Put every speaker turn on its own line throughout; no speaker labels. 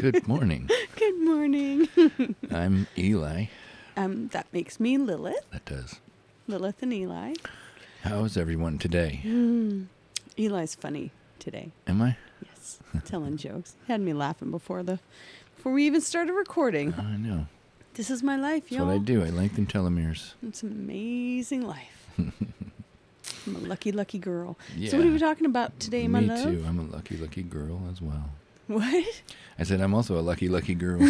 Good morning.
Good morning.
I'm Eli.
um, that makes me Lilith.
That does.
Lilith and Eli.
How is everyone today?
Eli's funny today.
Am I?
Yes, telling jokes. Had me laughing before the, before we even started recording.
I know.
This is my life,
That's
y'all.
what I do. I lengthen telomeres.
It's an amazing life. I'm a lucky, lucky girl. So what are
Yeah.
we talking about today, my
Me
love?
too. I'm a lucky, lucky girl as well.
What?
I said I'm also a lucky, lucky girl.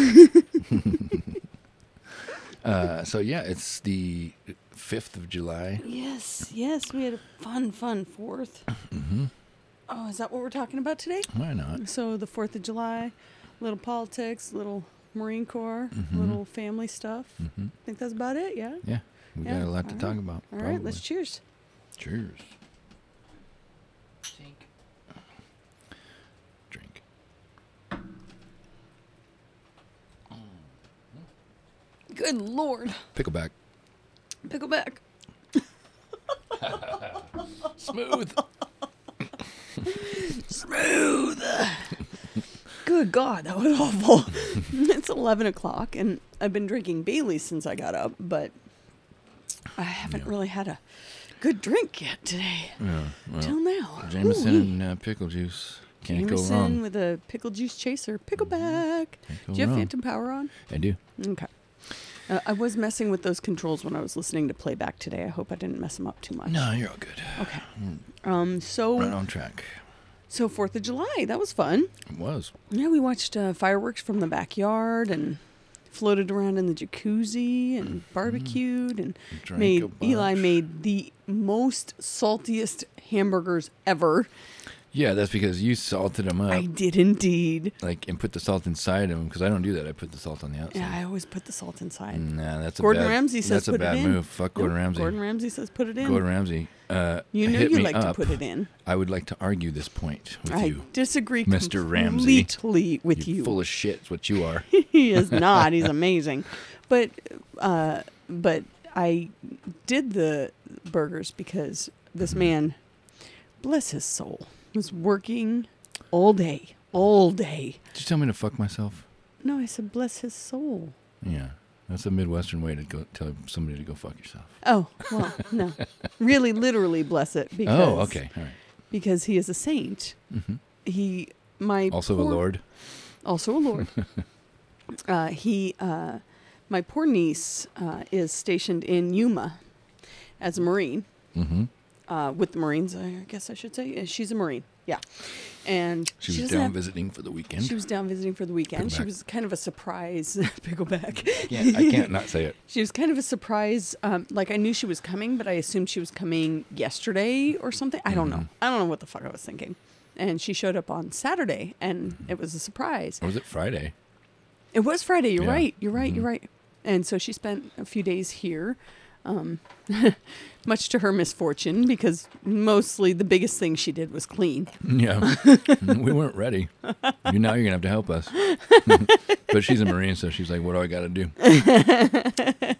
uh, so yeah, it's the fifth of July.
Yes, yes. We had a fun, fun 4th Oh, is that what we're talking about today?
Mm-hmm. Why not?
So the Fourth of July, little politics, little Marine Corps,
Mm-hmm.
little family stuff.
Mm.
I think that's about it. Yeah.
Yeah, Mm-hmm. we
Yeah,
got a lot to
all
talk
right.
about.
All right,
probably.
let's cheers.
Cheers. Drink.
Good lord,
Pickleback.
pickleback.
Smooth.
Smooth. Good God, that was awful. it's eleven o'clock, and I've been drinking Bailey's since I got up, but I haven't
Yeah.
really had a good drink yet today.
yeah, well,
Till now.
Jameson
Ooh-wee.
and uh, pickle juice. Can't
Jameson
go wrong.
with a pickle juice chaser. Pickleback.
Can't go
Do you have
wrong.
Phantom Power on?
I do.
Okay. Uh, I was messing with those controls when I was listening to playback today. I hope I didn't mess them up too much.
No, you're all good.
Okay. Um.
Right
So
on track.
so Fourth of July. That was fun.
It was.
Yeah, we watched uh, fireworks from the backyard and floated around in the jacuzzi and barbecued and
Mm-hmm. Drank a
made
bunch.
Eli made the most saltiest hamburgers ever.
Yeah, that's because you salted them up,
I did indeed.
like, and put the salt inside of them. Because I don't do that. I put the salt on the outside.
Yeah, I always put the salt inside.
Nah, that's
Gordon
Mm, a bad,
Ramsay says
that's
put
a bad
it in.
move. Fuck Gordon
Nope,
Ramsay.
Gordon Ramsay says put it in.
Gordon Ramsay. Uh,
you know
hit
you
me
like
up.
to put it in.
I would like to argue this point with
I
you.
disagree
Mr. Ramsey.
completely with
You're
you.
full of shit. Is what you are.
he is not. He's amazing, but uh, but I did the burgers because this
Mm-hmm.
man, bless his soul, was working all day, all day.
Did you tell me to fuck myself?
No, I said bless his soul.
Yeah, that's a Midwestern way to go tell somebody to go fuck yourself.
Oh well, no, really, literally bless it because
Oh, okay. All right. Mm-hmm.
because he is a saint. He my
Also a
poor-
lord.
also a lord. uh, he, uh, my poor niece, uh, is stationed in Yuma as a Marine
Mm-hmm.
uh, with the Marines. I guess I should say Uh, she's a Marine. Yeah, and
She, was
doesn't
down
have-
visiting for the weekend.
She was down visiting for the weekend. She
Pickleback.
was kind of a surprise pickleback.
can't, I can't not say it.
She was kind of a surprise. Um, like I knew she was coming, but I assumed she was coming yesterday or something. I don't know.
Mm-hmm.
I don't know what the fuck I was thinking. And she showed up on Saturday, and it was a surprise.
Or was it Friday?
It was Friday. You're
Yeah.
right. You're right. You're right. And so she spent a few days here, um, much to her misfortune, because mostly the biggest thing she did was clean.
Yeah. we weren't ready. You now you're gonna have to help us. but she's a Marine, so she's like, What do I gotta do?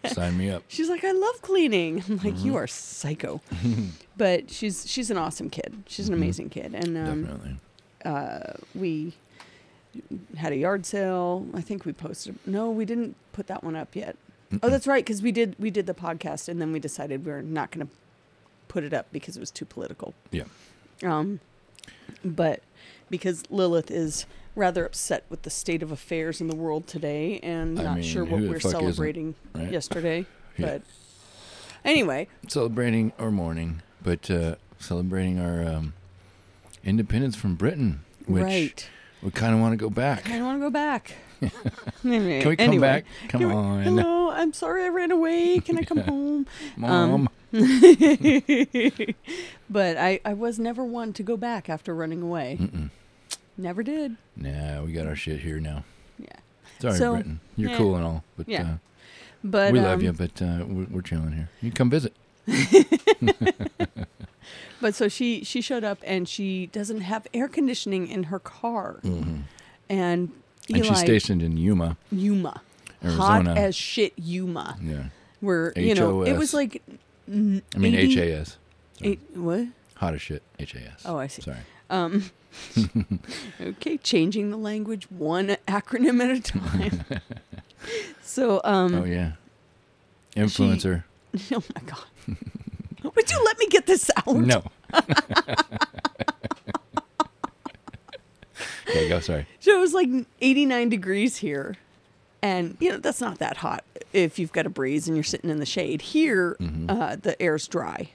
Sign me up.
She's like, I love cleaning. I'm like, you are psycho. but she's she's an awesome kid. She's an amazing kid. And um,
Definitely.
uh, we had a yard sale. I think we posted. No, we didn't put that one up yet. Oh, that's right, because we did we did the podcast, and then we decided we were not going to put it up because it was too political.
Yeah.
Um, but because Lilith is rather upset with the state of affairs in the world today and
I
not
mean,
sure
who
what
the
we're
fuck isn't,
celebrating
right?
yesterday.
Yeah.
But anyway,
Celebrating our morning, but uh, celebrating our um, independence from Britain, which
right.
we kind of want to go back.
I don't want to go back. Can
Can we come back? Come on,
Hello, I'm sorry I ran away. Can I come home?
mom.
Um, but I, I was never one to go back after running away.
Mm-mm.
Never did.
Nah, we got our shit here now.
Yeah.
Sorry,
So,
Britain. You're
yeah.
cool and all, but
Yeah.
uh,
But
we
um,
love you. But uh, we're, we're chilling here. You can come visit.
But so she she showed up and she doesn't have air conditioning in her car,
Mm-hmm.
and Eli
And she's stationed in Yuma,
Yuma,
Arizona.
hot as shit Yuma,
yeah.
where you know it
HOS.
was like
I mean,
80
HAS.
eight, what
Hot as shit. HAS.
Oh, I see.
Sorry.
um okay, changing the language one acronym at a time. so, um,
oh yeah, influencer.
oh my god, would you let me get this out?
No. okay, go. Sorry.
So it was like 89 degrees here. And, you know, that's not that hot if you've got a breeze and you're sitting in the shade. Here,
Mm-hmm.
uh, the air's dry.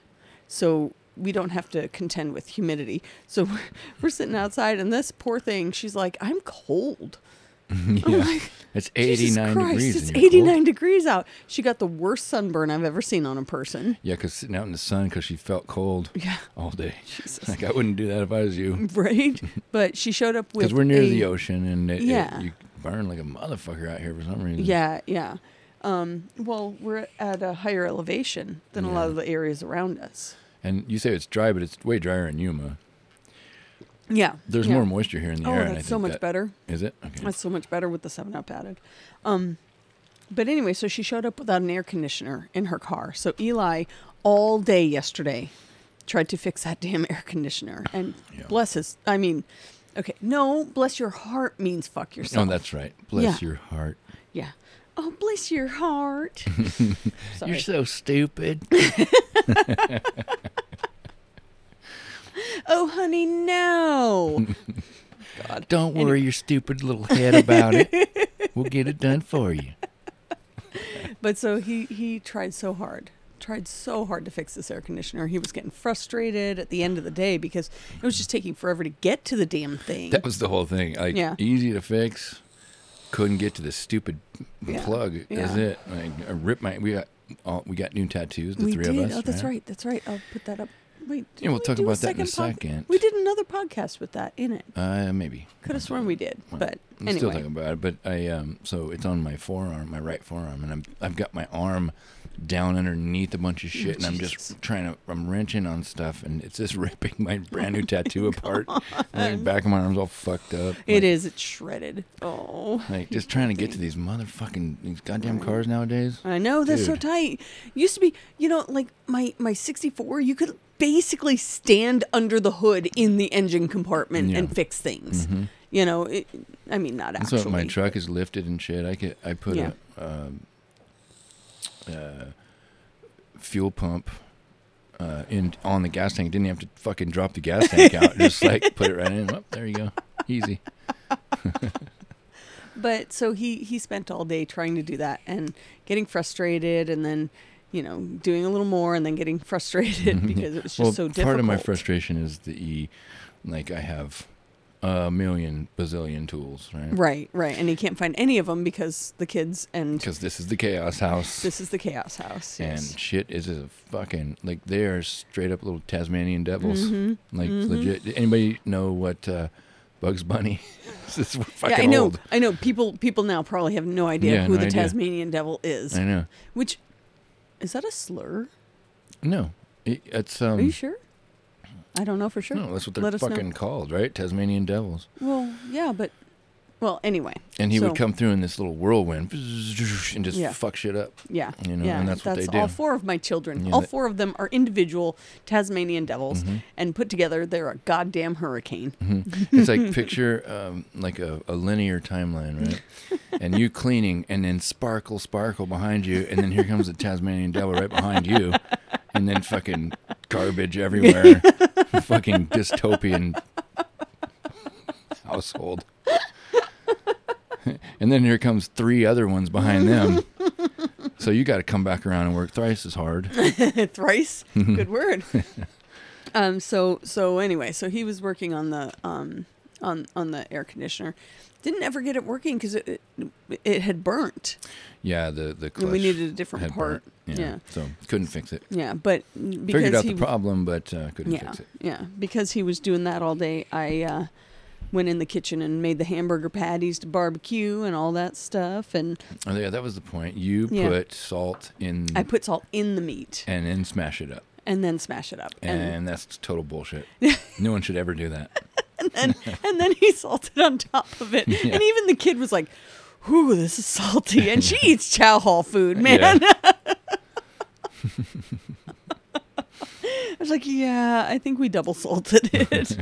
So we don't have to contend with humidity. So we're, we're sitting outside, and this poor thing, she's like, I'm cold.
yeah. it's
oh, Jesus
89
Christ,
degrees.
It's
and you're cold?
89 degrees out. She got the worst sunburn I've ever seen on a person.
Yeah, because sitting out in the sun because she felt cold
Yeah.
all day.
Jesus.
Like I wouldn't do that if I was you.
Right? But she showed up with.
Because we're near
a-
the ocean and it, it-
Yeah.
you burn like a motherfucker out here for some reason.
Yeah, yeah. Um, well, we're at a higher elevation than a lot of the areas around us.
And you say it's dry, but it's way drier in Yuma.
Yeah.
There's
yeah.
more moisture here in the
Oh,
air. and I
that's so
think
much
that-
better.
Is it? Okay.
That's so much better with the seven up added. Um, but anyway, so she showed up without an air conditioner in her car. So Eli, all day yesterday, tried to fix that damn air conditioner. And
Yeah. Oh,
bless his, I mean, okay, no, bless your heart means fuck
Oh,
yourself.
that's right. Bless your heart.
yeah. Oh, bless your heart. Sorry.
You're so stupid.
oh, honey, no. God.
Don't worry your stupid little head about it. We'll get it done for you.
But so he he tried so hard, tried so hard to fix this air conditioner. He was getting frustrated at the end of the day because it was just taking forever to get to the damn thing.
That was the whole thing. Like
Yeah.
easy to fix. Couldn't get to the stupid
Yeah.
plug. Is
Yeah.
it? Like, I ripped my. We got all, we got new tattoos. The
we
three
did.
of us.
oh, that's right. That's right. I'll put that up. Wait.
Yeah, we'll
didn't we
talk
do
about that in a
pod-
second.
We did another podcast with that in it.
Uh, maybe.
Could have sworn we did,
Well,
but
I'm
anyway.
still talking about it, but I um so it's on my forearm, my right forearm, and I'm I've got my arm down underneath a bunch of
Oh,
shit, and I'm
Jesus.
just trying to I'm wrenching on stuff, and it's just ripping my brand
Oh,
new tattoo apart. And the back of my arm's all fucked up.
It
like,
is. It's shredded. Oh.
like just trying to get to these motherfucking these goddamn cars nowadays.
I know that's so
Dude.
tight. Used to be, you know, like my my 64, you could basically stand under the hood in the engine compartment
Yeah. Mm-hmm.
and fix things. You know, it, I mean, not
That's
actually.
what my truck is lifted and shit. I could I put
Yeah.
a um, uh, fuel pump uh, in on the gas tank. Didn't have to fucking drop the gas tank out. Just like put it right in. Oh, there you go. Easy.
But so he he spent all day trying to do that and getting frustrated, and then you know doing a little more, and then getting frustrated because it was just
Mm-hmm. well,
so difficult.
part of my frustration is the e, like I have a million bazillion tools, right?
Right, right, and he can't find any of them because the kids and
Because this is the chaos house.
this is the chaos house. Yes.
and shit is a fucking like they are straight up little Tasmanian devils.
Mm-hmm.
Like legit. Anybody know what uh, Bugs Bunny? is? this is fucking
yeah, I know.
old.
I know. People people now probably have no idea
Yeah,
who
no
the
idea.
Tasmanian devil is.
I know.
Which is that a slur?
No, It- it's um.
Are you sure? I don't know for sure.
No, that's what they're
Let us know.
fucking called, right? Tasmanian devils.
Well, yeah, but well, anyway.
And he
So-
would come through in this little whirlwind and just
Yeah.
fuck shit up.
Yeah.
You know,
yeah,
and that's what they
all
do.
four of my children.
Yeah, Mm-hmm.
all
that-
four of them are individual Tasmanian devils and put together they're a goddamn hurricane.
Mm-hmm. It's like picture um, like a, a linear timeline, right? And you cleaning, and then sparkle, sparkle behind you, and then here comes the Tasmanian devil right behind you, and then fucking garbage everywhere, fucking dystopian household. And then here comes three other ones behind them. So you got to come back around and work thrice as hard.
Thrice.
Mm.
Good word. um so so anyway, so he was working on the um on on the air conditioner. Didn't ever get it working because it, it it had burnt.
Yeah, the the clutch
And we needed a different
had
part.
burnt. Yeah,
Yeah.
so couldn't fix it.
Yeah, but because
Figured out
he
the problem, but uh, couldn't
yeah,
fix it.
yeah, because he was doing that all day. I uh, went in the kitchen and made the hamburger patties to barbecue and all that stuff, and
Oh, yeah, that was the point. You
Yeah.
put salt in
I put salt in the meat
and then smash it up.
and then smash it up,
And,
and
that's total bullshit. no one should ever do that.
and, and then he salted on top of it,
Yeah.
and even the kid was like. Ooh, this is salty, and she eats chow hall food, man.
Yeah.
I was like, yeah, I think we double salted it.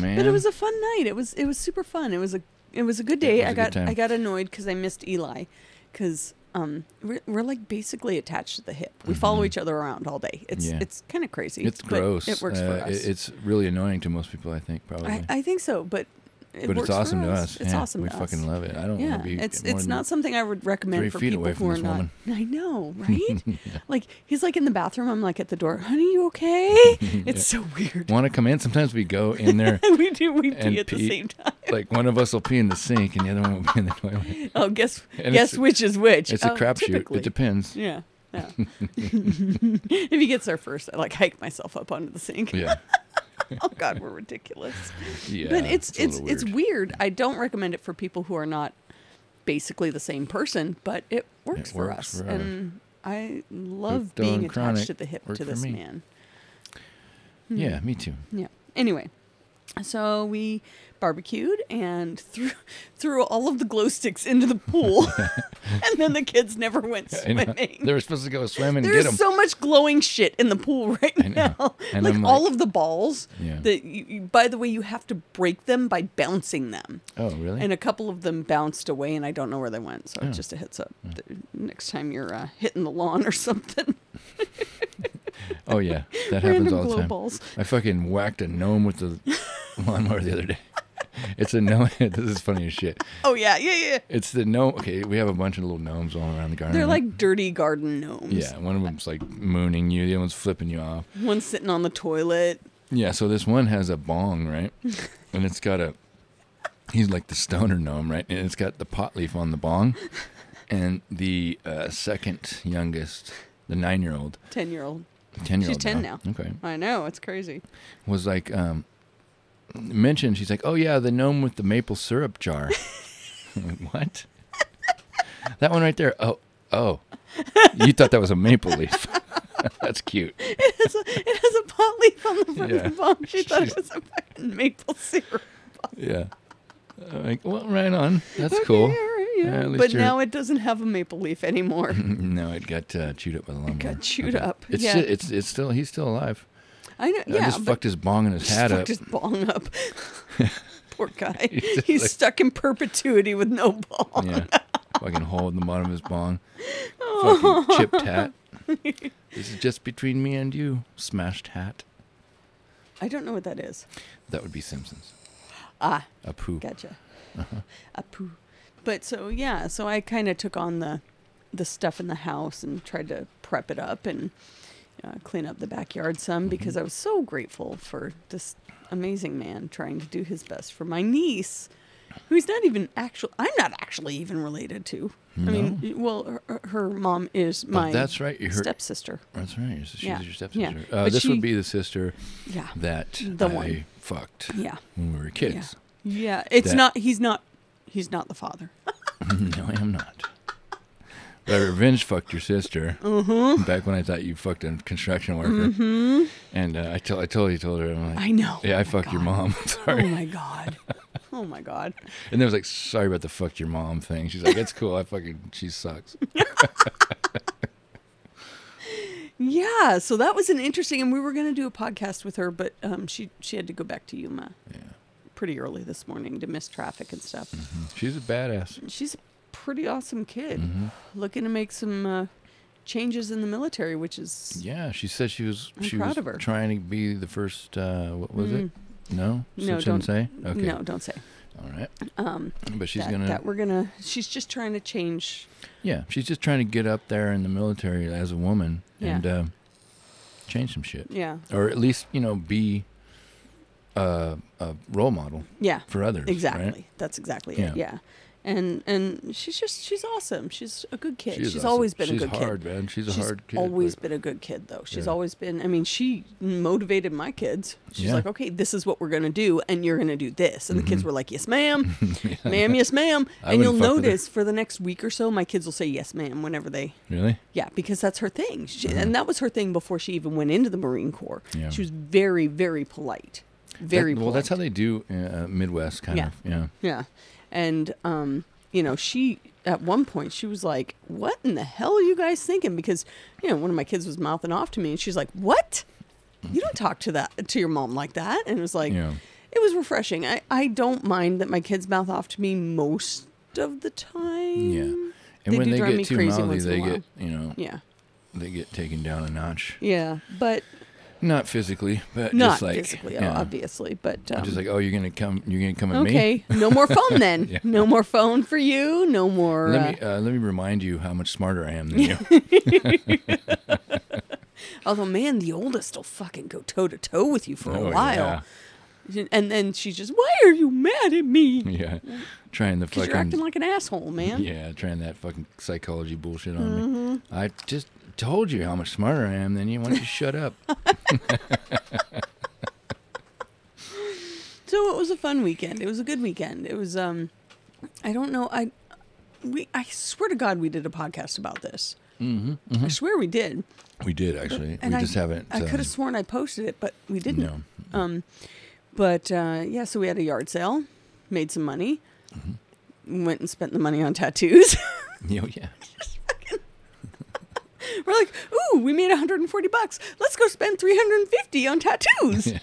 man.
But it was a fun night. It was it was super fun. It was a it was a good day.
It was
I
a good
got
time.
I got annoyed because I missed Eli, because um we're, we're like basically attached to the hip. We follow
Mhm.
each other around all day. It's
Yeah.
it's kind of crazy.
it's
but
gross.
It works for
Uh,
us.
it- it's really annoying to most people, I think, probably.
I, I think so, but it
but
works
it's
for
awesome to
us.
us.
It's
Yeah,
awesome.
We
to
fucking
us.
love it. I don't
Yeah,
want to be.
it's
more
it's
than
not something I would
three
recommend for
feet
people
away from
who are
this
not.
woman.
I know, right? like he's like in the bathroom. I'm like at the door. Honey, you okay? It's so weird.
Want to come in? Sometimes we go in there,
we do we
And
pee at the
pee.
same time.
like one of us will pee in the sink and the other one will pee in the toilet.
Oh, guess
And
guess
it's-
which is which.
It's a
Oh,
crapshoot.
typically.
It depends.
Yeah. Yeah. if he gets there first, I like hike myself up onto the sink.
Yeah.
Oh God, we're ridiculous.
Yeah.
but it's
a
it's
little
it's weird. I don't recommend it for people who are not basically the same person, but it works, for,
works
us.
for us.
And I love
Hooked on
being attached
chronic
to the hip
worked
to
for
this
me.
man. Hmm.
Yeah, me too.
Yeah. Anyway, so we barbecued and threw threw all of the glow sticks into the pool, and then the kids never went
I know.
swimming.
They were supposed to go swim and get
There's
them.
so much glowing shit in the pool right
I know.
now.
And
like
I'm
all
like-
of the balls
Yeah.
that you, you, by the way, you have to break them by bouncing them.
oh, really?
And a couple of them bounced away, and I don't know where they went. So
Oh.
it's just a heads up. The- Next time you're uh, hitting the lawn or something,
oh, yeah. That happens
random
all
glow
the time.
balls.
I fucking whacked a gnome with the lawnmower the other day. It's a gnome. this is funny as shit.
Oh yeah, yeah, yeah.
It's the gnome. Okay, we have a bunch of little gnomes all around the garden.
They're
right?
like dirty garden gnomes.
Uh-huh. yeah. One of them's like mooning you. The other one's flipping you off.
One's sitting on the toilet.
Yeah, so this one has a bong, right? and it's got a he's like the stoner gnome, right? And it's got the pot leaf on the bong. And the uh, second youngest, the nine year old,
Ten year old.
ten year old.
10
Okay.
I know it's crazy.
Was like um mentioned, she's like, Oh yeah, the gnome with the maple syrup jar. I'm like, what? that one right there. Oh oh. You thought that was a maple leaf. That's cute.
It has a, it has a pot leaf on the front
Yeah.
of the bomb. She thought it
She's-
was a fucking maple syrup.
Yeah. I'm like, well, right on. That's
Okay,
cool.
all right, yeah.
Yeah, at least
but
you're-
now it doesn't have a maple leaf anymore.
No, it got uh, chewed up by the lawnmower.
got chewed up,
It's
yeah.
sti- it's it's still he's still alive.
I know. Yeah,
I just
but
fucked his bong and his
just
hat
fucked
up.
his bong up. Poor guy.
He's just
He's
like-
stuck in perpetuity with no ball.
yeah, fucking hole in the bottom of his bong. fucking
Oh.
chipped hat. this is just between me and you. Smashed hat.
I don't know what that is.
That would be Simpsons.
Ah,
A poo.
gotcha.
Uh-huh.
A poo. But so yeah, so I kind of took on the the stuff in the house and tried to prep it up and uh, clean up the backyard some
Mm-hmm.
because I was so grateful for this amazing man trying to do his best for my niece, who he's not even actual. I'm not actually even related to. I mean, well, her- her, her mom is
Oh,
my
that's right. You heard.
stepsister.
that's right. She's
Yeah,
your
yeah.
stepsister. Uh,
But
this
she-
would be the sister
Yeah,
that
The
I
one.
fucked
yeah,
when we were kids.
yeah. It's
That-
not. He's not. He's not the father.
no, I am not. But I revenge fucked your sister.
Mm-hmm.
Back when I thought you fucked a construction worker. And uh, I, to- I totally told her. I'm like,
I know.
Yeah,
Oh
I
my
fucked your
God.
mom. Sorry.
Oh my god. Oh my god.
And there was like, sorry about the fucked your mom thing. She's like, it's cool. I fucking, she sucks.
Yeah, so that was an interesting and we were going to do a podcast with her but um she she had to go back to Yuma
Yeah.
pretty early this morning to miss traffic and stuff.
Mm. Mm-hmm. She's a badass. Mm-hmm.
She's a pretty awesome kid
Mm.
looking to make some uh changes in the military which is
Yeah. She said she was,
I'm
she
proud
was
of her. Mm.
trying to be the first, uh, what was it? No?
No,
Shouldn't
don't-
say? Okay.
No, don't say.
All right.
Um
But she's
that,
going
that
to,
we're going to she's just trying to change
yeah, she's just trying to get up there in the military as a woman
Yeah.
and uh, change some shit.
yeah.
Or at least, you know, be uh, a role model
Yeah.
for others. right?
Exactly. That's exactly
Yeah.
it. Yeah. And and she's just she's awesome. She's a good kid.
She is
she's
awesome.
always been
She's
a good kid.
hard, man. She's a
She's
hard kid.
always
but-
been a good kid, though. She's
Yeah.
always been. I mean, she motivated my kids. She's
Yeah. Mm-hmm.
like, "Okay, this is what we're gonna do, and you're gonna do this." And the kids were like, "Yes, ma'am, ma'am, yes, ma'am."
I
and you'll
wouldn't fuck with her.
notice for the next week or so, my kids will say "Yes, ma'am" whenever they.
Really?
Yeah, because that's her thing, she, and that was her thing before she even went into the Marine Corps.
Mm-hmm. Yeah.
She was very, very polite, very
That-
polite.
well. That's how they do uh, Midwest kind
Yeah.
of. Yeah.
Yeah. And um, you know, she at one point she was like, "What in the hell are you guys thinking?" Because you know, one of my kids was mouthing off to me, and she's like, "What? You don't talk to that to your mom like that." And it was like,
Yeah.
it was refreshing. I, I don't mind that my kids mouth off to me most of the time.
Yeah. And
They
when
do
they
drive
get
me
too
crazy
mouthy,
once in a
they
while.
get you know
Yeah.
they get taken down a notch.
Yeah. But
Not physically, but
not
Uh, just like
physically,
yeah.
obviously. But um,
Just like oh, you're gonna come, you're gonna come at me.
okay, no more phone then.
Yeah.
No more phone for you. No more.
Let
uh,
me uh, let me remind you how much smarter I am than you.
although, man, the oldest will fucking go toe to toe with you for
Oh,
a while. And then she's just, why are you mad at me?
Yeah. yeah, trying the
Because you're acting
fucking
like an asshole, man. Mm-hmm.
yeah, trying that fucking psychology bullshit on me. I just told you how much smarter I am than you. Why don't you shut up?
So it was a fun weekend. It was a good weekend. It was um I don't know, I we I swear to god we did a podcast about this. Mm-hmm,
Hmm.
I swear we did.
We did actually.
And
we
I,
just haven't.
I could
um,
have sworn I posted it, but we didn't.
No.
Um but uh yeah, so we had a yard sale, made some money.
Mm-hmm.
Went and spent the money on tattoos.
Yeah, Oh, yeah.
We're like, ooh, we made 140 bucks. Let's go spend 350 on tattoos.
Yeah.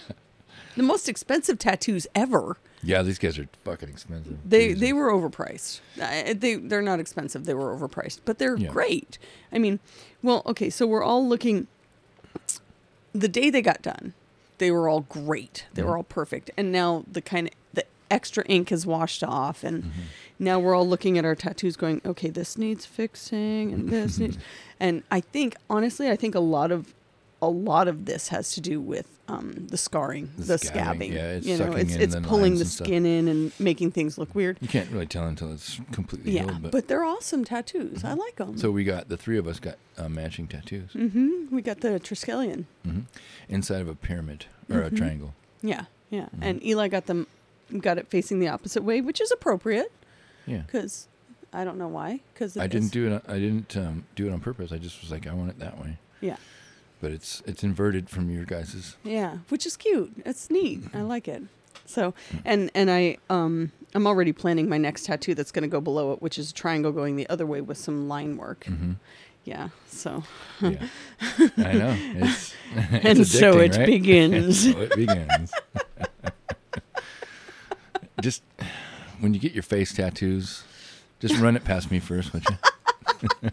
The most expensive tattoos ever.
Yeah, these guys are fucking expensive.
They
Jesus.
they were overpriced. I- They they're not expensive. They were overpriced, but they're
Yeah.
great. I mean, well, okay, so we're all looking. The day they got done, they were all great. They were all perfect, and now the kind of the extra ink is washed off, and
Mm. Mm-hmm.
now we're all looking at our tattoos, going, okay, this needs fixing, and this needs, and I think honestly, I think a lot of a lot of this has to do with um, the scarring,
The
the,
scabbing,
scabbing.
yeah, it's
you know,
sucking
it's
in
it's
the
pulling
lines
the
and stuff.
skin in and making things look weird.
You can't really tell until it's completely
Yeah,
healed.
but,
But, Mm-hmm.
they're awesome tattoos. I like them.
so we got the three of us got uh, matching tattoos Mm-hmm.
hmm we got the Triskelion.
inside of a pyramid or
Mm-hmm.
a triangle.
Yeah, yeah.
Mm-hmm.
And Eli got them, got it facing the opposite way, which is appropriate
Yeah.
because I don't know why. Because
I didn't do it. on- I didn't um, do it on purpose. I just was like, I want it that way.
Yeah,
But it's it's inverted from your guys's.
yeah, which is cute. It's neat. I
Mm-hmm.
like it. So, and and I um I'm already planning my next tattoo that's going to go below it, which is a triangle going the other way with some line work.
Mm.
Yeah. So
Mm-hmm. Yeah. I know. It's, it's
and so
addicting,
it
right?
begins.
So it begins. just when you get your face tattoos, just run it past me first, would you?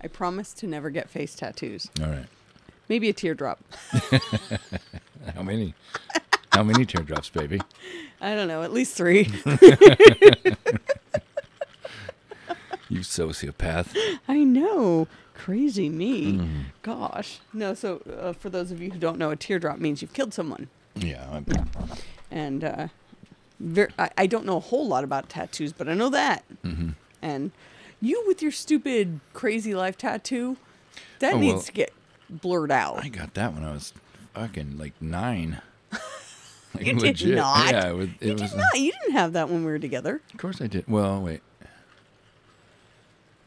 I promise to never get face tattoos.
All right.
Maybe a teardrop.
How many? How many teardrops, baby?
I don't know. At least three.
You sociopath.
I know. Crazy me.
Mm.
Gosh. No, so uh, for those of you who don't know, a teardrop means you've killed someone.
Yeah. I'm-
And uh, ver- I, I don't know a whole lot about tattoos, but I know that.
Mm-hmm.
And you with your stupid crazy life tattoo, that
Oh,
needs
well.
to get blurred out.
I got that when I was fucking like nine. Like,
You did not.
Yeah, it was. It
you
was
did not. You didn't have that when we were together.
Of course I did. Well, wait.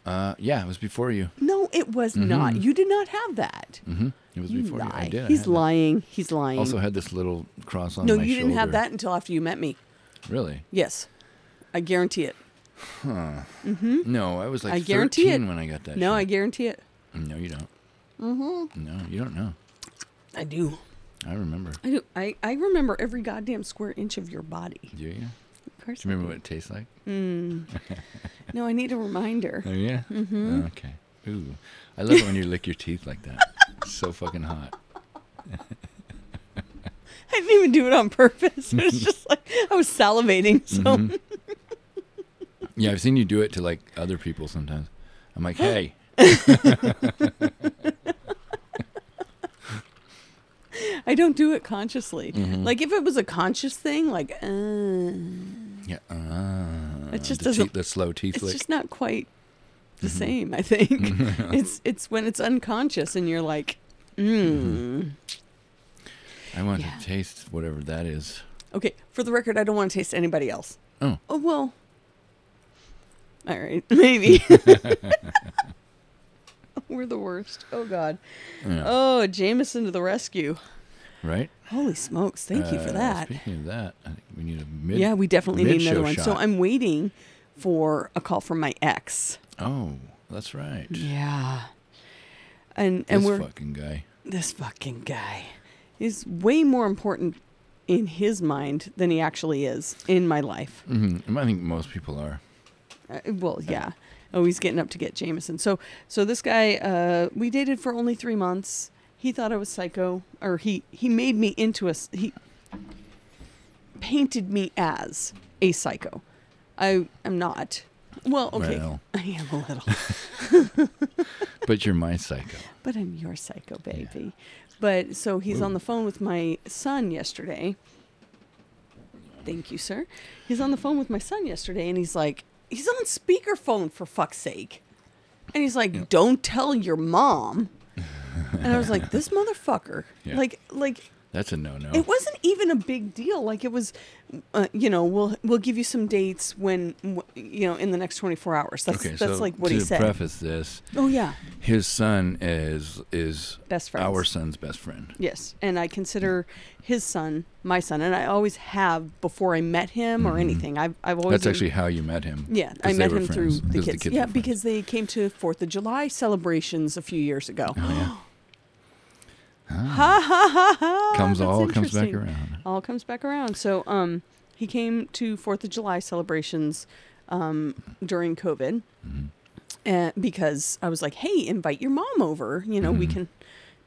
Uh, yeah, it was before you.
No, it was not. You did not have that.
hmm It was
You
Mm-hmm. before you. I
lie.
did. I
He's
had that.
lying. He's lying.
Also had this little cross on
no,
my
you didn't have
shoulder.
that until after you met me.
Really?
Yes, I guarantee it.
No, I was like
I guarantee it.
13 when I got that.
No, I
shit.
guarantee it.
No, you don't. Mm-hmm. No, you don't know.
I do.
I remember.
I do. I, I remember every goddamn square inch of your body.
Do you? Do you
Of course. I
remember what it tastes like?
do. Hmm. No, I need a reminder.
Oh yeah. Mm-hmm. Okay. Ooh, I love it when you lick your teeth like that. It's so fucking hot.
I didn't even do it on purpose. It was just like I was salivating. So
Mm-hmm. Yeah, I've seen you do it to like other people sometimes. I'm like, hey,
I don't do it consciously.
Mm-hmm.
Like if it was a conscious thing, like uh,
yeah, uh,
It just
the,
doesn't-
teeth- the slow teeth
it's
lick.
just not quite the
Mm-hmm.
same. I think it's it's when it's unconscious and you're like,
Mm-hmm.
mm.
I want
yeah.
to taste whatever that is.
okay. For the record, I don't want to taste anybody else.
Oh,
Oh well. All right, maybe. We're the worst. Oh God.
yeah,
Oh, Jameson to the rescue.
right.
Holy smokes! Thank you for
Uh,
that.
Speaking of that, I think we need a mid.
Yeah, we definitely need
mid-show
another one. So
shot.
I'm waiting for a call from my ex.
Oh, that's right.
Yeah.
This
And Mm-hmm. and we're
fucking guy.
this fucking guy is way more important in his mind than he actually is in my life.
hmm I think most people are.
Uh, well, yeah. Oh, he's getting up to get Jameson. So, so this guy, uh, we dated for only three months. He thought I was psycho, or he he made me into a s- he painted me as a psycho. I am not. Well, okay,
Well.
I am a little,
But you're my psycho.
but I'm your psycho baby. But so he's on the phone with my son yesterday. Thank you, sir. He's on the phone with my son yesterday, and he's like, he's on speakerphone for fuck's sake. And he's like, "Don't tell your mom." And I was like, "This motherfucker!"
Yeah.
Like, like
That's a no no.
it wasn't even a big deal. Like it was, uh, you know, we'll we'll give you some dates when w- you know in the next twenty four hours. That's
Okay,
that's
so
like what
to
he said.
preface this,
oh yeah,
his son is is
best friends.
our son's best friend.
Yes, and I consider his son my son, and I always have before I met him or anything. I've I've always
Mm-hmm. That's actually how you met him.
yeah.
'cause
I
they
met
were
him
friends,
through the
'cause
kids.
were
yeah,
friends.
because they came to Fourth of July celebrations a few years ago.
Oh,
ha ha ha ha!
comes
That's
all comes back
interesting.
around.
all comes back around. So um, he came to Fourth of July celebrations um, during COVID,
Mm-hmm.
and eh, because I was like, "Hey, invite your mom over. You know, we can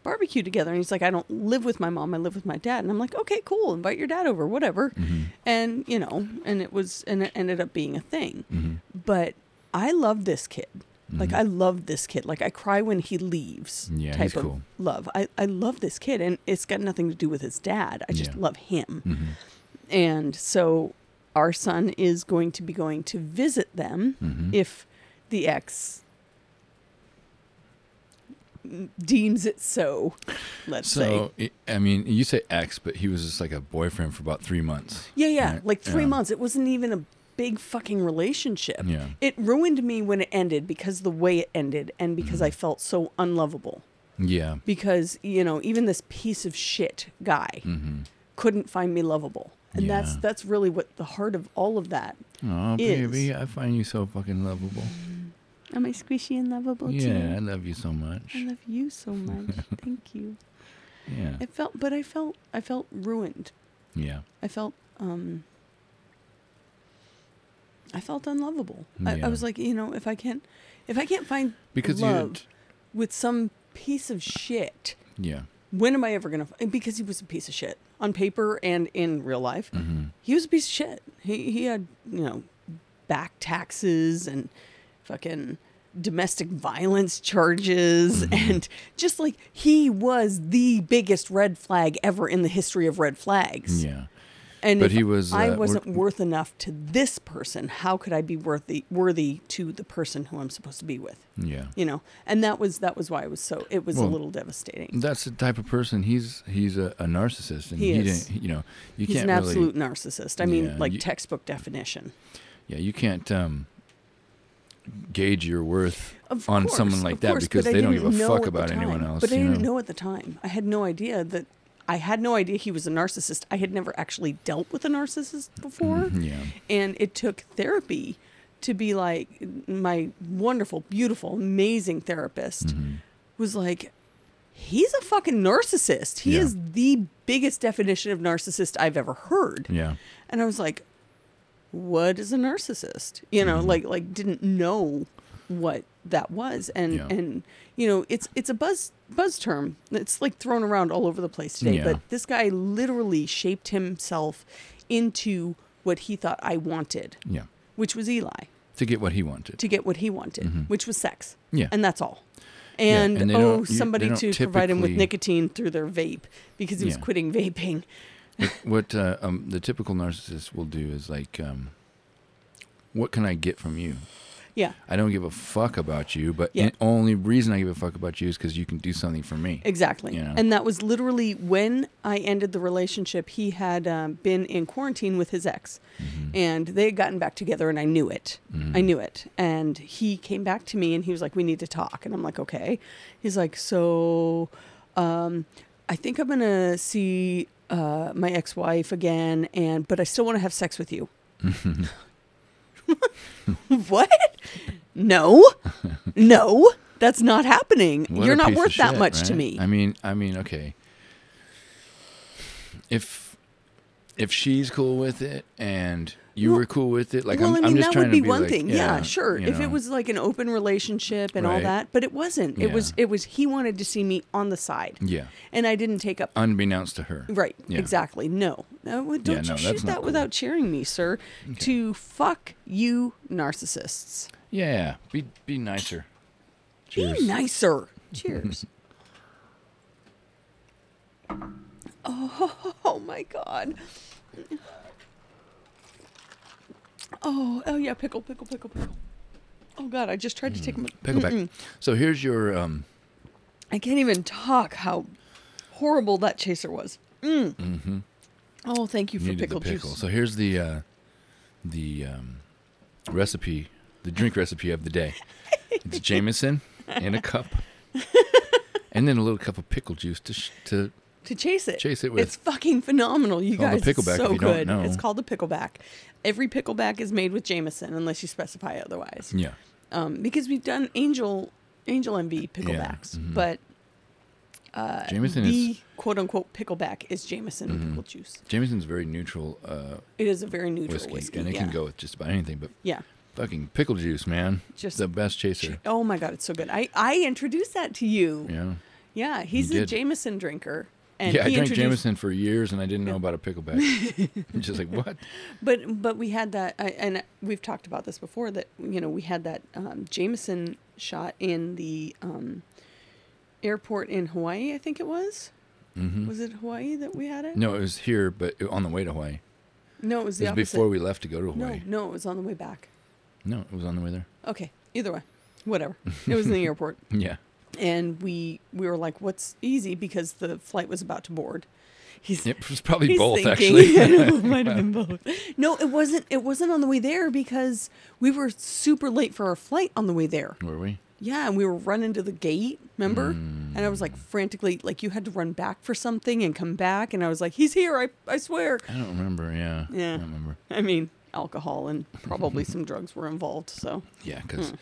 barbecue together." And he's like, "I don't live with my mom. I live with my dad." And I'm like, "Okay, cool. Invite your dad over, whatever."
Mm-hmm.
And you know, and it was, and it ended up being a thing.
Mm-hmm.
But I love this kid. Like I love this kid. Like I cry when he leaves.
Yeah,
type
he's
of
cool.
love. I, I love this kid, and it's got nothing to do with his dad. I just
Yeah.
love him.
hmm
And so our son is going to be going to visit them
Mhm.
if the ex deems it so, let's say.
So I I mean, you say ex, but he was just like a boyfriend for about three months.
Yeah, yeah.
Right,
Like three
yeah.
months. It wasn't even a big fucking relationship.
Yeah.
It ruined me when it ended because the way it ended and because
Mm-hmm.
I felt so unlovable.
Yeah.
Because, you know, even this piece of shit guy
Mm-hmm.
couldn't find me lovable. And that's
Yeah.
that's really what the heart of all of that.
Oh,
Is-
baby, I find you so fucking lovable.
Am I squishy and lovable
yeah, I love you so much.
I love you so much. Thank you.
Yeah.
I felt, but I felt, I felt ruined.
Yeah.
I felt, um, I felt unlovable. I, I
Yeah.
was like, you know, if I can't, if I can't find
Because you
love
didn't.
with some piece of shit,
Yeah.
when am I ever gonna? f- Because he was a piece of shit on paper and in real life.
hmm
He was a piece of shit. He he had you know back taxes and fucking domestic violence charges and just like he was the biggest red flag ever in the history of red flags.
Yeah.
And
But
if
he was, uh,
I
wor-
wasn't worth enough to this person. How could I be worthy worthy to the person who I'm supposed to be with?
Yeah.
You know, and that was that was why it was so it was a
Well,
little devastating.
That's the type of person he's he's a, a narcissist and
He
he,
is.
didn't you know you
He's
can't
an
really
absolute narcissist. I mean,
Yeah,
like
you-
textbook definition.
yeah you can't um gauge your worth
Of
on
course,
someone like
of
that
course,
because
but I
they don't give
didn't
a
know
fuck
at the
about anyone
time.
else
But I
you
didn't
know?
know at the time. I had no idea that I had no idea he was a narcissist. I had never actually dealt with a narcissist before,
Mm-hmm. yeah
and it took therapy to be like my wonderful, beautiful, amazing therapist
mm-hmm.
was like he's a fucking narcissist. He
Yeah.
is the biggest definition of narcissist I've ever heard.
yeah
And I was like, what is a narcissist? You
Mm-hmm.
know, like like didn't know what that was. And
Yeah.
and you know, it's it's a buzz buzz term. It's like thrown around all over the place today.
Yeah.
But this guy literally shaped himself into what he thought I wanted,
yeah
which was Eli,
to get what he wanted
to get what he wanted, which was sex.
Mm-hmm. Yeah.
And that's all.
Yeah,
And,
and they
oh,
don't- you-
somebody
they
to
don't
provide him with
typically-
nicotine through their vape because he was
Yeah.
quitting vaping.
what uh, um, the typical narcissist will do is like, um, what can I get from you?
Yeah,
I don't give a fuck about you, but
Yeah.
the only reason I give a fuck about you is because you can do something for me.
Exactly.
You know?
And that was literally when I ended the relationship. He had um, been in quarantine with his ex,
Mm-hmm.
and they had gotten back together, and I knew it. I knew it. And he came back to me and he was like, We need to talk. And I'm like, Okay. He's like, So um, I think I'm going to see uh, my ex wife again, and but I still want to have sex with you. what? No, no, that's not happening.
What
You're
a
not
piece of
worth that
shit,
much to
right?
me.
I mean, I mean, okay. If if she's cool with it and you
Well-
were cool with it, like
well,
I'm,
i
I'm
mean,
just
that
trying
would be
to be
one
like,
thing. Yeah, sure.
you
If
know.
it was like an open relationship and all
Right.
that, but it wasn't. It
Yeah.
was. It was. He wanted to see me on the side,
yeah,
and I didn't take up.
unbeknownst to her,
Right.
Yeah.
Exactly. No. No, well, don't
no,
you shoot
that's not
that
cool.
without cheering me, sir. To fuck you, narcissists.
Yeah, be be nicer. Cheers.
Be nicer. Cheers. oh, oh my god. Oh, oh yeah, pickle, pickle, pickle, pickle. Oh god, I just tried to
Mm.
take him.
Pickleback. So here's your um.
I can't even talk how horrible that chaser was. Mm. Oh, thank you for
Mm-hmm. needed
pickle,
the pickle.
juice.
So here's the uh, the um, recipe, the drink recipe of the day. It's Jameson in a cup, and then a little cup of pickle juice to sh- to
to chase it.
Chase it with-
It's fucking phenomenal, you
Called a
guys. It's
pickleback if
so
you don't
good.
know.
It's called the pickleback. Every pickleback is made with Jameson, unless you specify otherwise.
yeah.
Um, because we've done angel angel MV picklebacks,
mm-hmm.
but uh,
Jameson
the
is Mm-hmm.
quote unquote pickleback is Jameson pickle juice.
Jameson's very neutral uh,
It is a very neutral
whiskey,
whiskey,
and it
yeah.
can go with just about anything. But
Yeah.
fucking pickle juice, man,
Just-
the best chaser.
Oh my god, it's so good. I I introduced that to you.
Yeah.
Yeah, he's
You
a
did.
Jameson drinker. And
yeah, I
he
drank
introduced
Jameson for years, and I didn't know about a pickleback. I'm just like, what?
But but we had that, I, and we've talked about this before. That you know we had that um, Jameson shot in the um, airport in Hawaii. I think it was. Was it Hawaii that we had it?
Mm-hmm. No, it was here, but on the way to Hawaii.
no it was
It
the
was
opposite.
before we left to go to Hawaii.
no, no, it was on the way back.
no it was on the way there.
Okay, either way, whatever. It was in the airport,
Yeah.
and we we were like, "What's easy?" Because the flight was about to board. He's
It was probably
He's
both,
thinking. I
actually.
know, it might have been both. No, it wasn't. It wasn't on the way there because we were super late for our flight on the way there.
Were we? Hmm.
Yeah, and we were running to the gate. Remember?
Mm-hmm.
And I was like frantically, like you had to run back for something and come back. And I was like, "He's here! I I swear."
I don't remember. Yeah.
Yeah.
I don't remember.
I mean, alcohol and probably some drugs were involved. So,
Yeah, because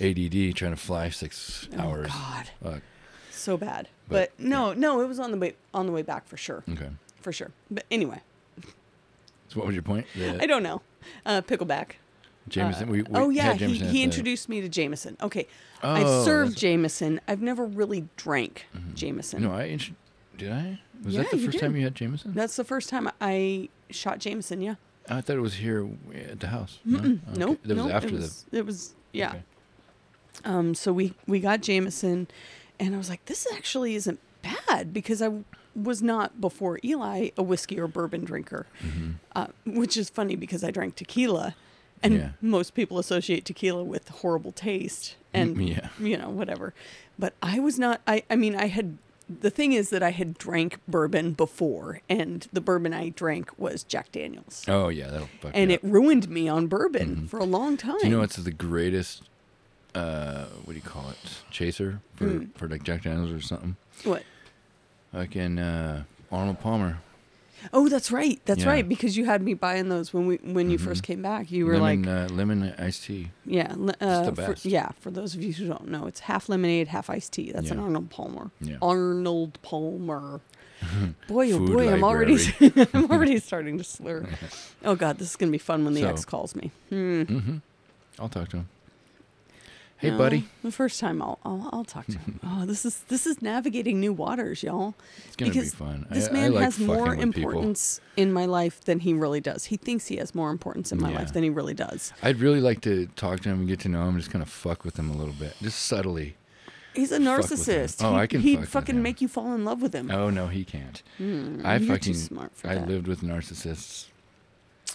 ADD trying to fly six hours.
Hmm. Oh, God,
Fuck.
so bad. But,
But,
no, no, it was on the way on the way back for sure,
Okay.
for sure. But anyway,
So what was your point? The
I don't know. Uh, pickleback.
Jameson. we, we
oh yeah,
had Jameson at
he, he
the-
introduced me to Jameson. Okay,
Oh,
I've served
that's- Mm-hmm. Mm.
Jameson. I've never really drank Jameson.
No, I intro- did. I was
Yeah,
that the
you
first time
did.
you had Jameson?
That's the first time I shot Jameson. Yeah.
I thought it was here at the house. No, Oh, Okay.
Nope.
That was
nope,
after
it
the.
was, It was yeah.
okay.
Um. So we we got Jameson, and I was like, this actually isn't bad because I was not before Eli a whiskey or bourbon drinker,
Mm-hmm.
uh, which is funny because I drank tequila, and
Yeah.
most people associate tequila with horrible taste and
Mm, Yeah.
you know whatever. But I was not. I I mean I had. The thing is that I had drank bourbon before, and the bourbon I drank was Jack Daniels
Oh yeah, that'll fuck
and
you
it ruined me on bourbon for a long time.
Do you know what's the greatest? Uh, what do you call it? Chaser for for like Jack Daniels or something.
Hmm. what?
Fucking uh, Arnold Palmer.
Oh, that's right. That's
Yeah. Mm-hmm.
right. Because you had me buying those when we when you first came back. You were
lemon,
like,
uh, lemon iced tea.
yeah, le- uh,
the
for,
best.
yeah. For those of you who don't know, it's half lemonade, half iced tea. That's an
Yeah.
Arnold Palmer.
Yeah.
Arnold Palmer. Boy, oh
Food
boy, I'm already I'm already starting to slur. Oh God, this is gonna be fun when the
So-
ex calls me. Hmm.
Mm-hmm. I'll talk to him. Hey,
No,
buddy.
The first time I'll I'll, I'll talk to him. oh, this is this is navigating new waters, y'all. It's
gonna be fun. I-
This
I
man
like
has
fucking
more
with people.
importance in my life than he really does. He thinks he has more importance in my
Yeah.
life than he really does.
I'd really like to talk to him and get to know him. Just kind of fuck with him a little bit, just subtly. Fuck
He's a
with him.
narcissist.
Oh,
he,
I can
He'd
fuck with
fucking
him.
make you fall in love with him. Hmm.
Oh no, he can't. I
you're too
fucking.
smart for
I
that.
lived with narcissists.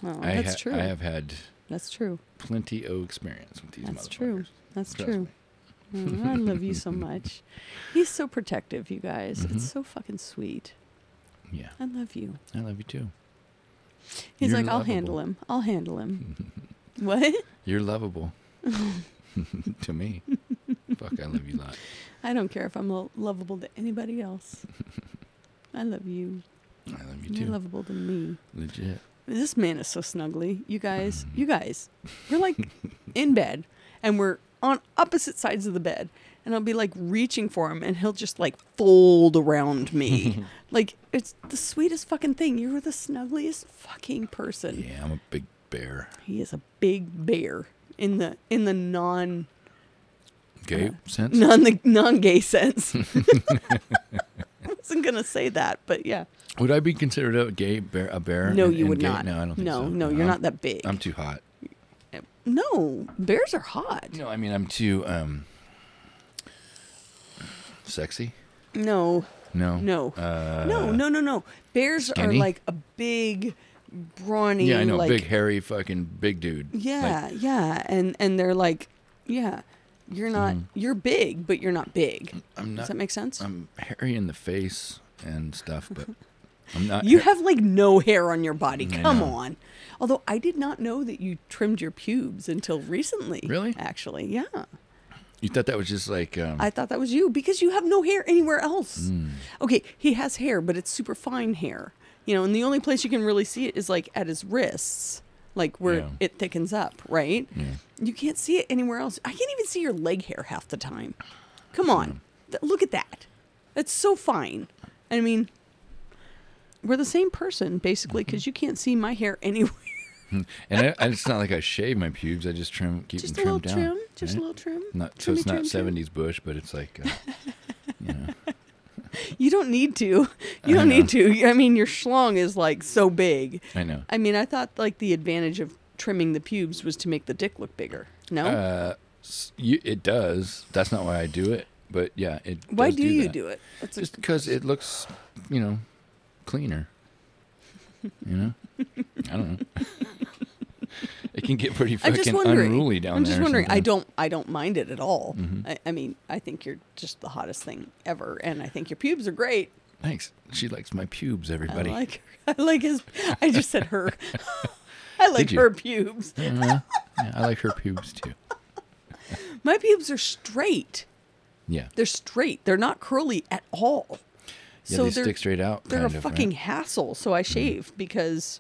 Oh,
I
that's
ha-
true.
I have had
That's true.
plenty of experience with these
That's
motherfuckers.
true. That's
Trust
true.
me.
Oh, I love you so much. He's so protective, you guys.
Mm-hmm.
It's so fucking sweet.
Yeah,
I love you.
I love you too.
He's
You're
like, I'll handle
lovable.
him. I'll handle him. what?
You're lovable. to me. Fuck, I love you a lot.
I don't care if I'm lo- lovable to anybody else. I love you.
I love you
You're
too.
lovable to me.
Legit.
This man is so snuggly. You guys, you guys, we're like in bed and we're on opposite sides of the bed. and I'll be like reaching for him and he'll just like fold around me. like it's the sweetest fucking thing. You're the snuggliest fucking person.
Yeah, I'm a big bear.
He is a big bear in the in the non
Gay sense?
non the non gay sense. I wasn't gonna say that, but yeah.
Would I be considered a gay bear? A bear?
No,
and-
you
and
would
gay?
not.
No, I don't think
no,
so.
no, you're
I'm-
not that big.
I'm too hot.
no, bears are hot.
No, I mean I'm too um sexy.
No,
No.
no,
Uh,
no, no, no, no. Bears
skinny?
are like a big, brawny.
Yeah, I know.
Like,
big hairy fucking big dude. Like,
Yeah, yeah, and and they're like, yeah, you're not, you're big, but you're not big.
I'm Mm.
Does
not uh,
that make sense?
I'm hairy in the face and stuff, but I'm not
you
hair-
have like no hair on your body.
uh, I
Come
know.
on. Although I did not know that you trimmed your pubes until recently.
Really? Hmm.
Actually, yeah.
You thought that was just like um
I thought that was you because you have no hair anywhere else.
Mm,
Okay, he has hair, but it's super fine hair. You know, and the only place you can really see it is like at his wrists, like where
Yeah.
it thickens up, right?
yeah.
You can't see it anywhere else. I can't even see your leg hair half the time. Come on.
Hmm.
Th- look at that. That's so fine. I mean, we're the same person basically
Mm-hmm.
because you can't see my hair anywhere.
And I, I, it's not like I shave my pubes. I just trim, keep
Just a
them
little
trimmed down.
trim. Just a
right?
little trim.
Not so it's
Trimmy,
not
trim, trim.
seventies bush, but it's like uh, you know.
You don't need to. You don't need to. I mean, your schlong is like so big.
I know.
I mean, I thought like the advantage of trimming the pubes was to make the dick look bigger. No,
Uh, s- you, it does. That's not why I do it, but yeah, it.
why
does
do,
do
you
that.
do it? That's a-
Just because it looks, you know, cleaner. You know, I don't know. it can get pretty
I'm just
fucking
wondering.
unruly down
I'm
there. Mm-hmm.
just wondering. I
sometimes.
don't. I don't mind it at all. I, I mean, I think you're just the hottest thing ever, and I think your pubes are great.
Thanks. She likes my pubes, everybody.
I like. Her. I like his. I just said her. I like
you?
her pubes.
Uh, yeah, I like her pubes too.
My pubes are straight.
Yeah.
They're straight. They're not curly at all.
Yeah, they stick straight out.
they're
kind
a
of, Mm. right?
fucking hassle. So I shave because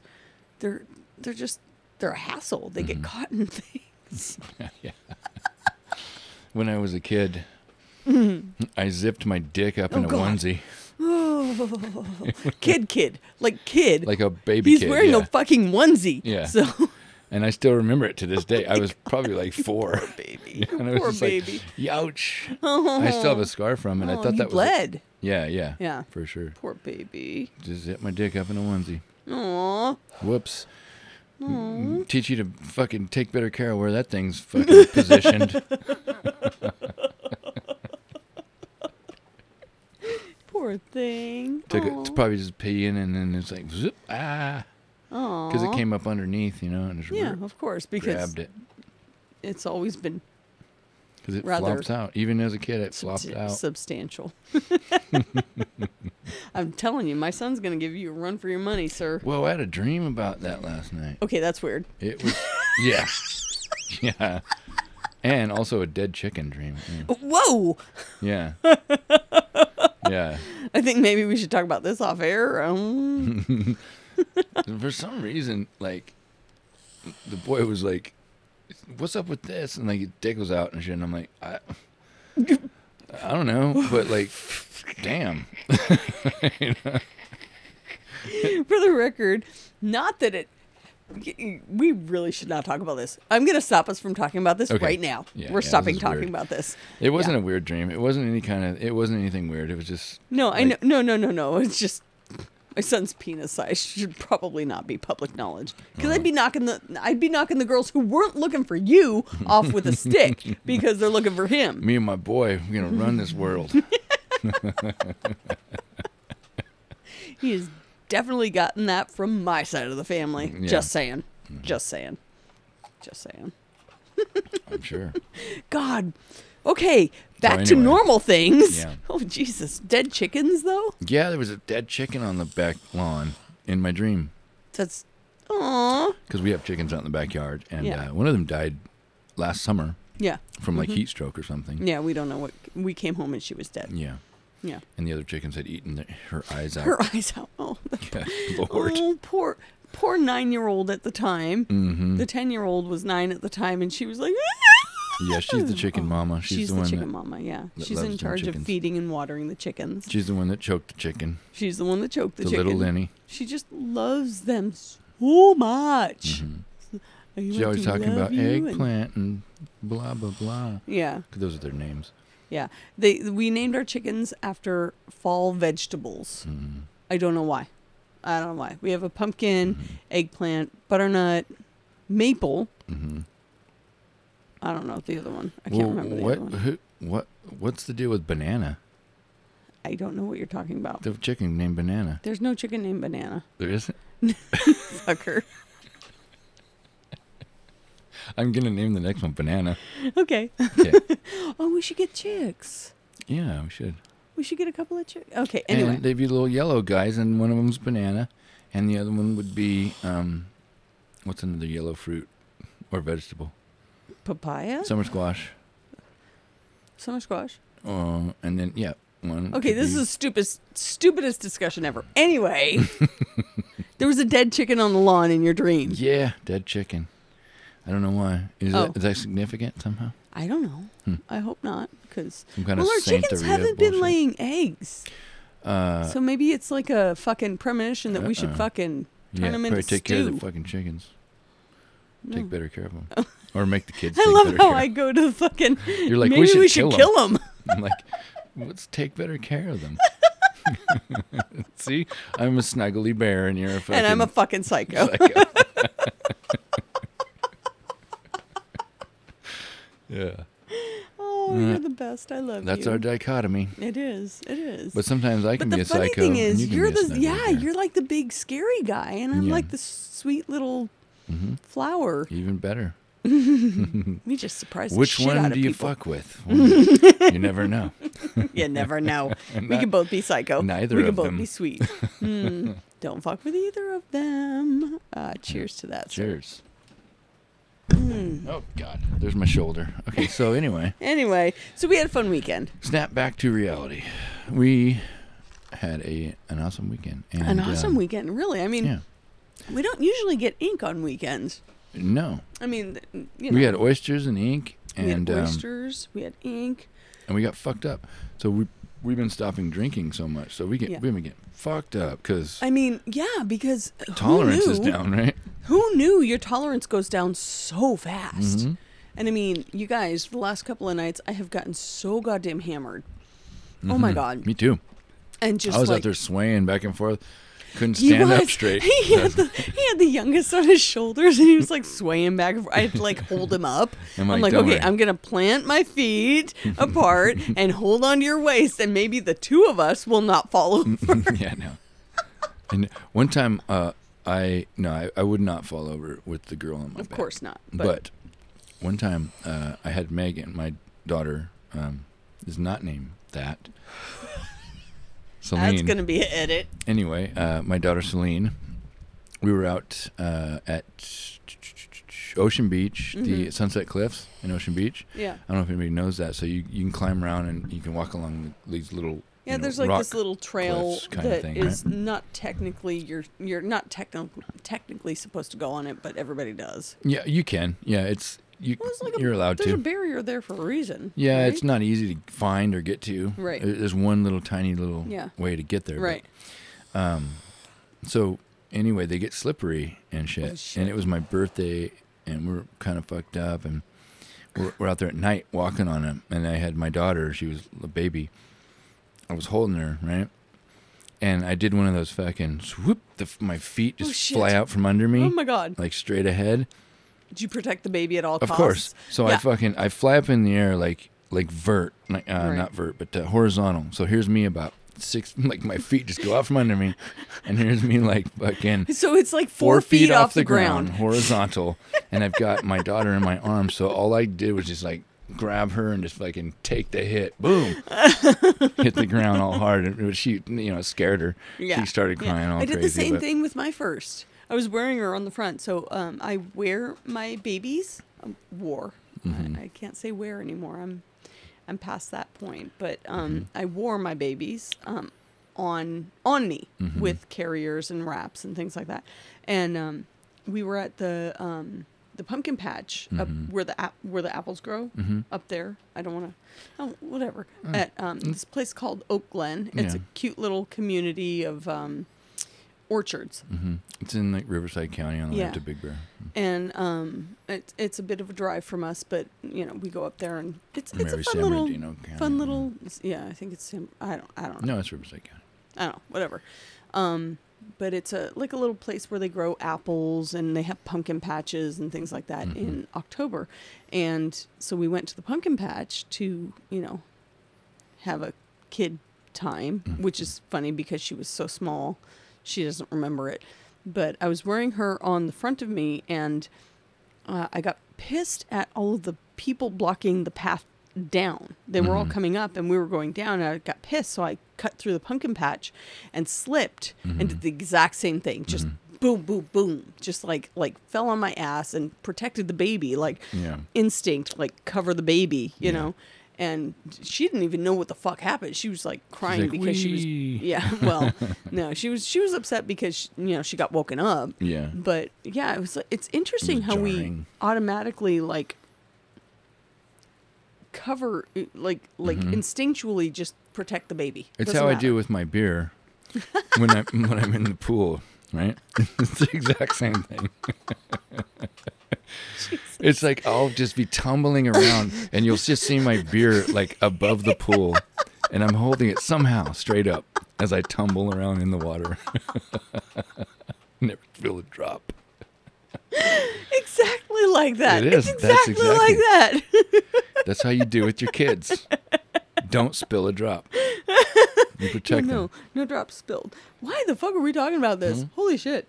they're they're just they're a hassle. They
Mm-hmm.
get caught in things.
When I was a kid, I zipped my dick up
Mm-hmm. Oh,
in a
God.
onesie
Oh, kid, kid, like kid.
like a baby
He's
kid.
wearing
yeah.
a fucking onesie.
Yeah.
So
And I still remember it to this day. I was
Oh,
probably like four.
baby,
and I was
poor
just
baby.
like, "Youch!" I still have a scar from it. I
Oh,
thought
you
that was.
bled.
Yeah, yeah,
Yeah.
for sure.
Poor baby.
Just zip my dick up in a onesie.
Aw.
Whoops. Teach you to fucking take better care of where that thing's fucking positioned.
Poor thing.
Took it to probably just pee in, and then it's like zip ah, because it came up underneath, you know, and just
Yeah,
rrr,
of course, because
grabbed it
it's always been
because it
rather-
flops out. Even as a kid, it flopped
subst-
out.
substantial. I'm telling you, my son's gonna give you a run for your money, sir.
Well, I had a dream about that last night.
Okay, that's weird.
It was yeah, yeah, and also a dead chicken dream. yeah.
Whoa!
Yeah. yeah.
I think maybe we should talk about this off air. Um,
For some reason, like, the boy was like, "What's up with this?" And like, his dick was out and shit. And I'm like, I, I don't know, but like, damn.
for the record, not that it. We really should not talk about this. I'm going to stop us from talking about this
Okay.
right now.
Yeah, yeah,
We're
this
stopping
is
talking
weird.
about this.
It wasn't a weird dream. It wasn't any kind of. It wasn't anything weird. It was just.
No, I know.
like-
No, no, no, no. It's just my son's penis size should probably not be public knowledge because I'd be
Uh-huh.
knocking the I'd be knocking the girls who weren't looking for you off with a stick because they're looking for him.
Me and my boy, we're gonna run this world.
He has definitely gotten that from my side of the family.
Mm, Yeah.
Just saying. Just saying. Just saying.
I'm sure.
God. Okay, back to
anyway.
normal things.
Yeah.
Oh Jesus, dead chickens though.
Yeah, there was a dead chicken on the back lawn in my dream.
That's aw.
because we have chickens out in the backyard, and
Yeah.
uh, one of them died last summer
Yeah,
from like heat stroke or something.
yeah. We don't know what we came home and she was dead.
Yeah,
Yeah,
and the other chickens had eaten the, her eyes out.
her eyes out. Oh, that-
Yeah, Lord,
oh, poor, poor nine-year-old at the time.
Mhm.
The ten-year-old was nine at the time, and she was like,
Yeah, she's the chicken
Oh,
mama. She's, the,
the,
one.
chicken
that,
mama, yeah.
that
She's
loves
in
them
charge of
chickens.
feeding and watering the chickens.
she's the one that choked the chicken.
She's the one that choked
The,
the, chicken.
little Lenny.
She just loves them so much.
Mhm.
Are you
She's
meant
always
to
talking
love
about
you and-
eggplant and blah blah blah.
Yeah,
'Cause Those are their names.
they we named our chickens after fall vegetables.
Mhm.
I don't know why. I don't know why. We have a pumpkin,
Mhm.
eggplant, butternut, maple.
Mhm.
I don't know the other one. I can't
Well,
remember the
what
other one.
who, what what's the deal with banana?
I don't know what you're talking about.
The chicken named Banana.
There's no chicken named Banana.
There isn't.
Fucker.
I'm gonna name the next one Banana.
okay.
Yeah,
Oh, we should get chicks.
yeah we should.
We should get a couple of chicks. Okay. Anyway.
And they'd be little yellow guys, and one of them's banana, and the other one would be um, what's another yellow fruit or vegetable?
Papaya.
Summer squash.
Summer squash.
Uh, and then yeah, one.
Okay,
could
this is
be-
the stupidest, stupidest discussion ever. Anyway, there was a dead chicken on the lawn in your dream.
yeah, dead chicken. I don't know why. Is,
Oh.
that, is that significant somehow?
I don't know.
Hmm.
I hope not, because
Some kind
well,
of
our chickens
Santeria
haven't
bullshit.
been laying eggs,
Uh,
so maybe it's like a fucking premonition that we should
uh-uh.
fucking turn
yeah,
'em
probably
into
take care of the
stew.
fucking chickens.
no.
Take better care of them, or make the kids.
I
take
love
better
how
care.
I go to fucking.
You're like,
maybe
we should,
kill,
kill 'em."
them.
I'm like, let's take better care of them. See, I'm a snuggly bear, and you're a fucking.
and I'm a fucking psycho.
psycho. yeah,
Oh,
Yeah.
you're the best. I love
that's
you.
our dichotomy.
It is. It is.
But sometimes I
But
can
the
be a
funny
psycho.
thing
and
is,
you can be
are
a
the
snuggly
yeah,
bear.
you're like the big scary guy, and I'm
Yeah.
like the sweet little
Mhm.
flower.
even better.
We just surprised
Which
the shit
one
out
do
of
you
people.
fuck with? Hmm. you never know.
You never know. we
Not-
could both be psycho.
neither
we could
of
both
them.
be sweet. Mm, don't fuck with either of them. Uh, cheers to that. sir. Hmm.
Cheers. Oh God, there's my shoulder. Okay, so anyway.
Anyway, so we had a fun weekend.
snap back to reality. We had a an awesome weekend. And,
An awesome
um,
weekend, really. I mean,
Yeah.
we don't usually get ink on weekends.
No,
I mean, th- you know,
we had oysters and ink,
we had
and um,
oysters, we had ink.
and we got fucked up. So we we've been stopping drinking so much, so we get
Yeah.
we've been getting fucked up because
I mean, yeah, because who
tolerance is
knew-
down, right?
Who knew your tolerance goes down so fast?
Mhm.
And I mean, you guys, the last couple of nights, I have gotten so goddamn hammered. Oh my god!
Mm-hmm. Me too.
And just
I was
like,
out there swaying back and forth, couldn't
he
stand up
was-
straight.
He had, the, he had the youngest on his shoulders, and he was like swaying back. and forth. I had to like hold him up.
I'm like,
I'm like,
"Don't
okay,
worry."
I'm gonna plant my feet apart and hold on to your waist, and maybe the two of us will not fall over.
yeah, no. And one time, uh, I no, I, I would not fall over with the girl on my
of
back.
course not.
But, one time, uh, I had Megan, my daughter, um, is not named that.
that's
Celine.
gonna be an edit.
Anyway, uh, my daughter Celine, we were out uh, at Ocean Beach, the
Mhm.
Sunset Cliffs in Ocean Beach.
Yeah.
I don't know if anybody knows that. So you, you can climb around and you can walk along these little
Yeah,
you know,
there's like
rock.
this little trail
cliffs kinda
that
thing,
is
right?
not technically you're you're not technically technically supposed to go on it, but everybody does.
Yeah, you can. Yeah, it's you.
Well, it's like a-
you're allowed
There's
to.
a barrier there for a reason.
yeah,
right?
it's not easy to find or get to.
Right.
There- There's one little tiny little
Yeah.
way to get there. but-
right.
Um, So anyway, they get slippery and shit.
Oh, shit.
And it was my birthday, and we are kind of fucked up, and we're, we're out there at night walking on them. And I had my daughter; she was a baby. I was holding her right, and I did one of those fucking swoop. The, my feet
Oh,
just
shit.
fly out from under me,
Oh my god.
like straight ahead.
Did you protect the baby at all
Of
costs?
course. So I
Yeah.
fucking I fly up in the air like like vert, like, uh,
Right.
not vert, but uh, horizontal. So here's me about six, like my feet just go out from under me, and here's me like fucking
So it's like four, feet, off, the ground.
horizontal, and I've got my daughter in my arms. So all I did was just like grab her and just fucking take the hit, boom, hit the ground all hard, and it was- she you know it scared her.
Yeah.
She started
Yeah.
crying all
I did
crazy.
the same
but-
thing with my first. I was wearing her on the front, so um, I wear my babies. Um, wore.
Mm-hmm.
I, I can't say wear anymore. I'm I'm past that point, but um,
Mm-hmm.
I wore my babies um, on on me
Mm-hmm.
with carriers and wraps and things like that. And um, we were at the um, the pumpkin patch up
Mhm.
where the ap- where the apples grow
Mm-hmm.
up there. I don't want to, oh, whatever. At um, this place called Oak Glen. It's
Yeah.
a cute little community of um, orchards,
Mm-hmm. It's in like Riverside County on the way
Yeah.
up to Big Bear.
and um, it, it's a bit of a drive from us, but you know we go up there and it's it's
Maybe
a fun
San
little
Bernardino County. Mm-hmm.
fun little yeah. I think it's Sam- I don't I don't know
No, it's Riverside County.
I don't know whatever. Um, but it's a like a little place where they grow apples and they have pumpkin patches and things like that
Mhm.
in October, and so we went to the pumpkin patch to you know have a kid time, which is funny because she was so small, she doesn't remember it. But I was wearing her on the front of me, and uh, I got pissed at all of the people blocking the path down. They were all
Mhm.
coming up, and we were going down, and I got pissed, so I cut through the pumpkin patch and slipped
Mm-hmm.
and did the exact same thing. Just boom, boom, boom. Just like like fell on my ass and protected the baby. Like
Yeah.
instinct, like cover the baby,
Yeah.
you know. And she didn't even know what the fuck happened. She was like crying
like,
because she was
"Wee."
yeah. Well, no, she was she was upset because she, you know she got woken up.
Yeah.
But yeah, it was it's interesting how
jarring.
we automatically like cover like like instinctually just protect the baby.
Mm-hmm. It's
Doesn't
how I
matter.
do with my beer when I when I'm in the pool, right? it's the exact same thing. It's like I'll just be tumbling around and you'll just see my beer like above the pool and I'm holding it somehow straight up as I tumble around in the water. Never feel a drop.
exactly like that.
It is.
It's
That's
exactly, like that.
That's how you do with your kids. Don't spill a drop. You protect
no, no drops spilled. Why the fuck are we talking about this?
Mm-hmm.
Holy shit.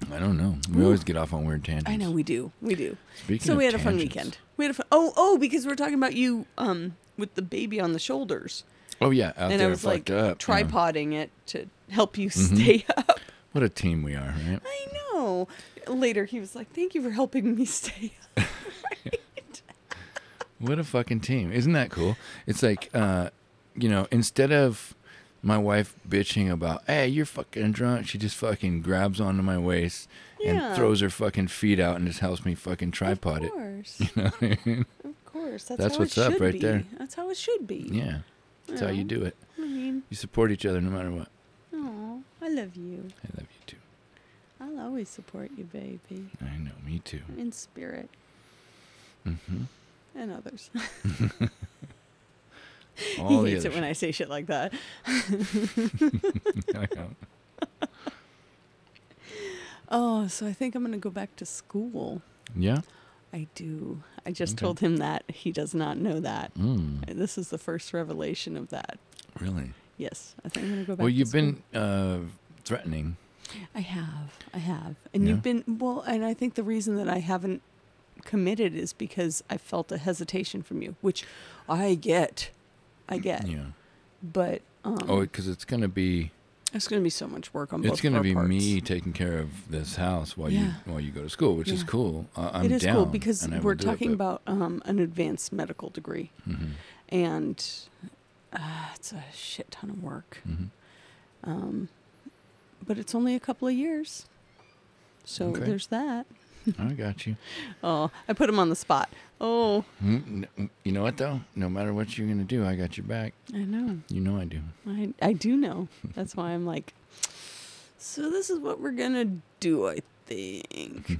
them. I don't know. We always get off on weird tangents.
I know we do. We do.
Speaking
so
of
we had a fun
tangents.
weekend. We had a fun, oh oh because we were talking about you um with the baby on the shoulders
Oh yeah, out
and
there
I was like
fucked up. yeah. Mm-hmm.
tripoding it to help you stay up.
What a team we are, right?
I know. Later he was like, "Thank you for helping me stay up."
What a fucking team. Isn't that cool? It's like, uh, you know, instead of my wife bitching about, hey, you're fucking drunk, she just fucking grabs onto my waist
Yeah.
and throws her fucking feet out and just helps me fucking tripod
Of
it.
course.
You know what I mean?
Of course. That's,
That's
how
what's
it
up
should
right
be.
there.
That's how it should be.
Yeah. That's how you
Aw.
do it.
I mean,
You support each other no matter what.
oh, I love you.
I love you too.
I'll always support you, baby,
I know, me too.
in spirit
hmm
and others.
All
he
the
hates
other
it when I say shit like that.
shit. I know.
Oh, so I think I'm going to go back to school.
Yeah?
I do. I just
Okay.
told him that. He does not know that.
Mm,
This is the first revelation of that.
really?
Yes, I think I'm going to go back
Well,
to
you've
school.
been uh, threatening.
I have. I have. And you've
Yeah.
been. Well, and I think the reason that I haven't committed is because I felt a hesitation from you, which I get. I get.
Mm, Yeah.
But um,
Oh, because it's going to be.
it's going to be so much work on both
It's going to
of our
be
parts.
me taking care of this house while
Yeah.
you while you go to school, which is
Yeah.
cool. I, I'm
it is
down,
cool because
and I will
we're
do it,
talking
but-
about um, an advanced medical degree.
Mhm,
and uh, it's a shit ton of work.
mhm.
Um, but it's only a couple of years, so
Okay.
there's that.
I got you.
Oh, I put him on the spot. Oh,
Mm, n- You know what though? No matter what you're going to do, I got your back.
I know.
You know I do.
I I do know. That's why I'm like. So this is what we're gonna do. I think.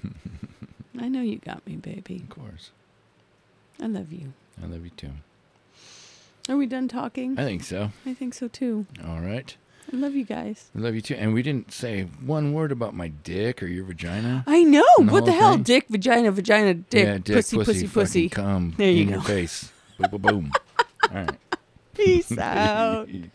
I know you got me, baby.
Of course,
I love you.
I love you too.
Are we done talking?
I think so.
I think so too.
All right,
I love you guys.
I love you too. And we didn't say one word about my dick or your vagina.
I know.
And the
what the
whole
hell?
thing?
Dick, vagina, vagina, dick,
yeah, dick,
pussy, pussy,
fucking
pussy.
Come
There you
in
go.
your face. boom, boom, boom. All right.
Peace out.
Peace.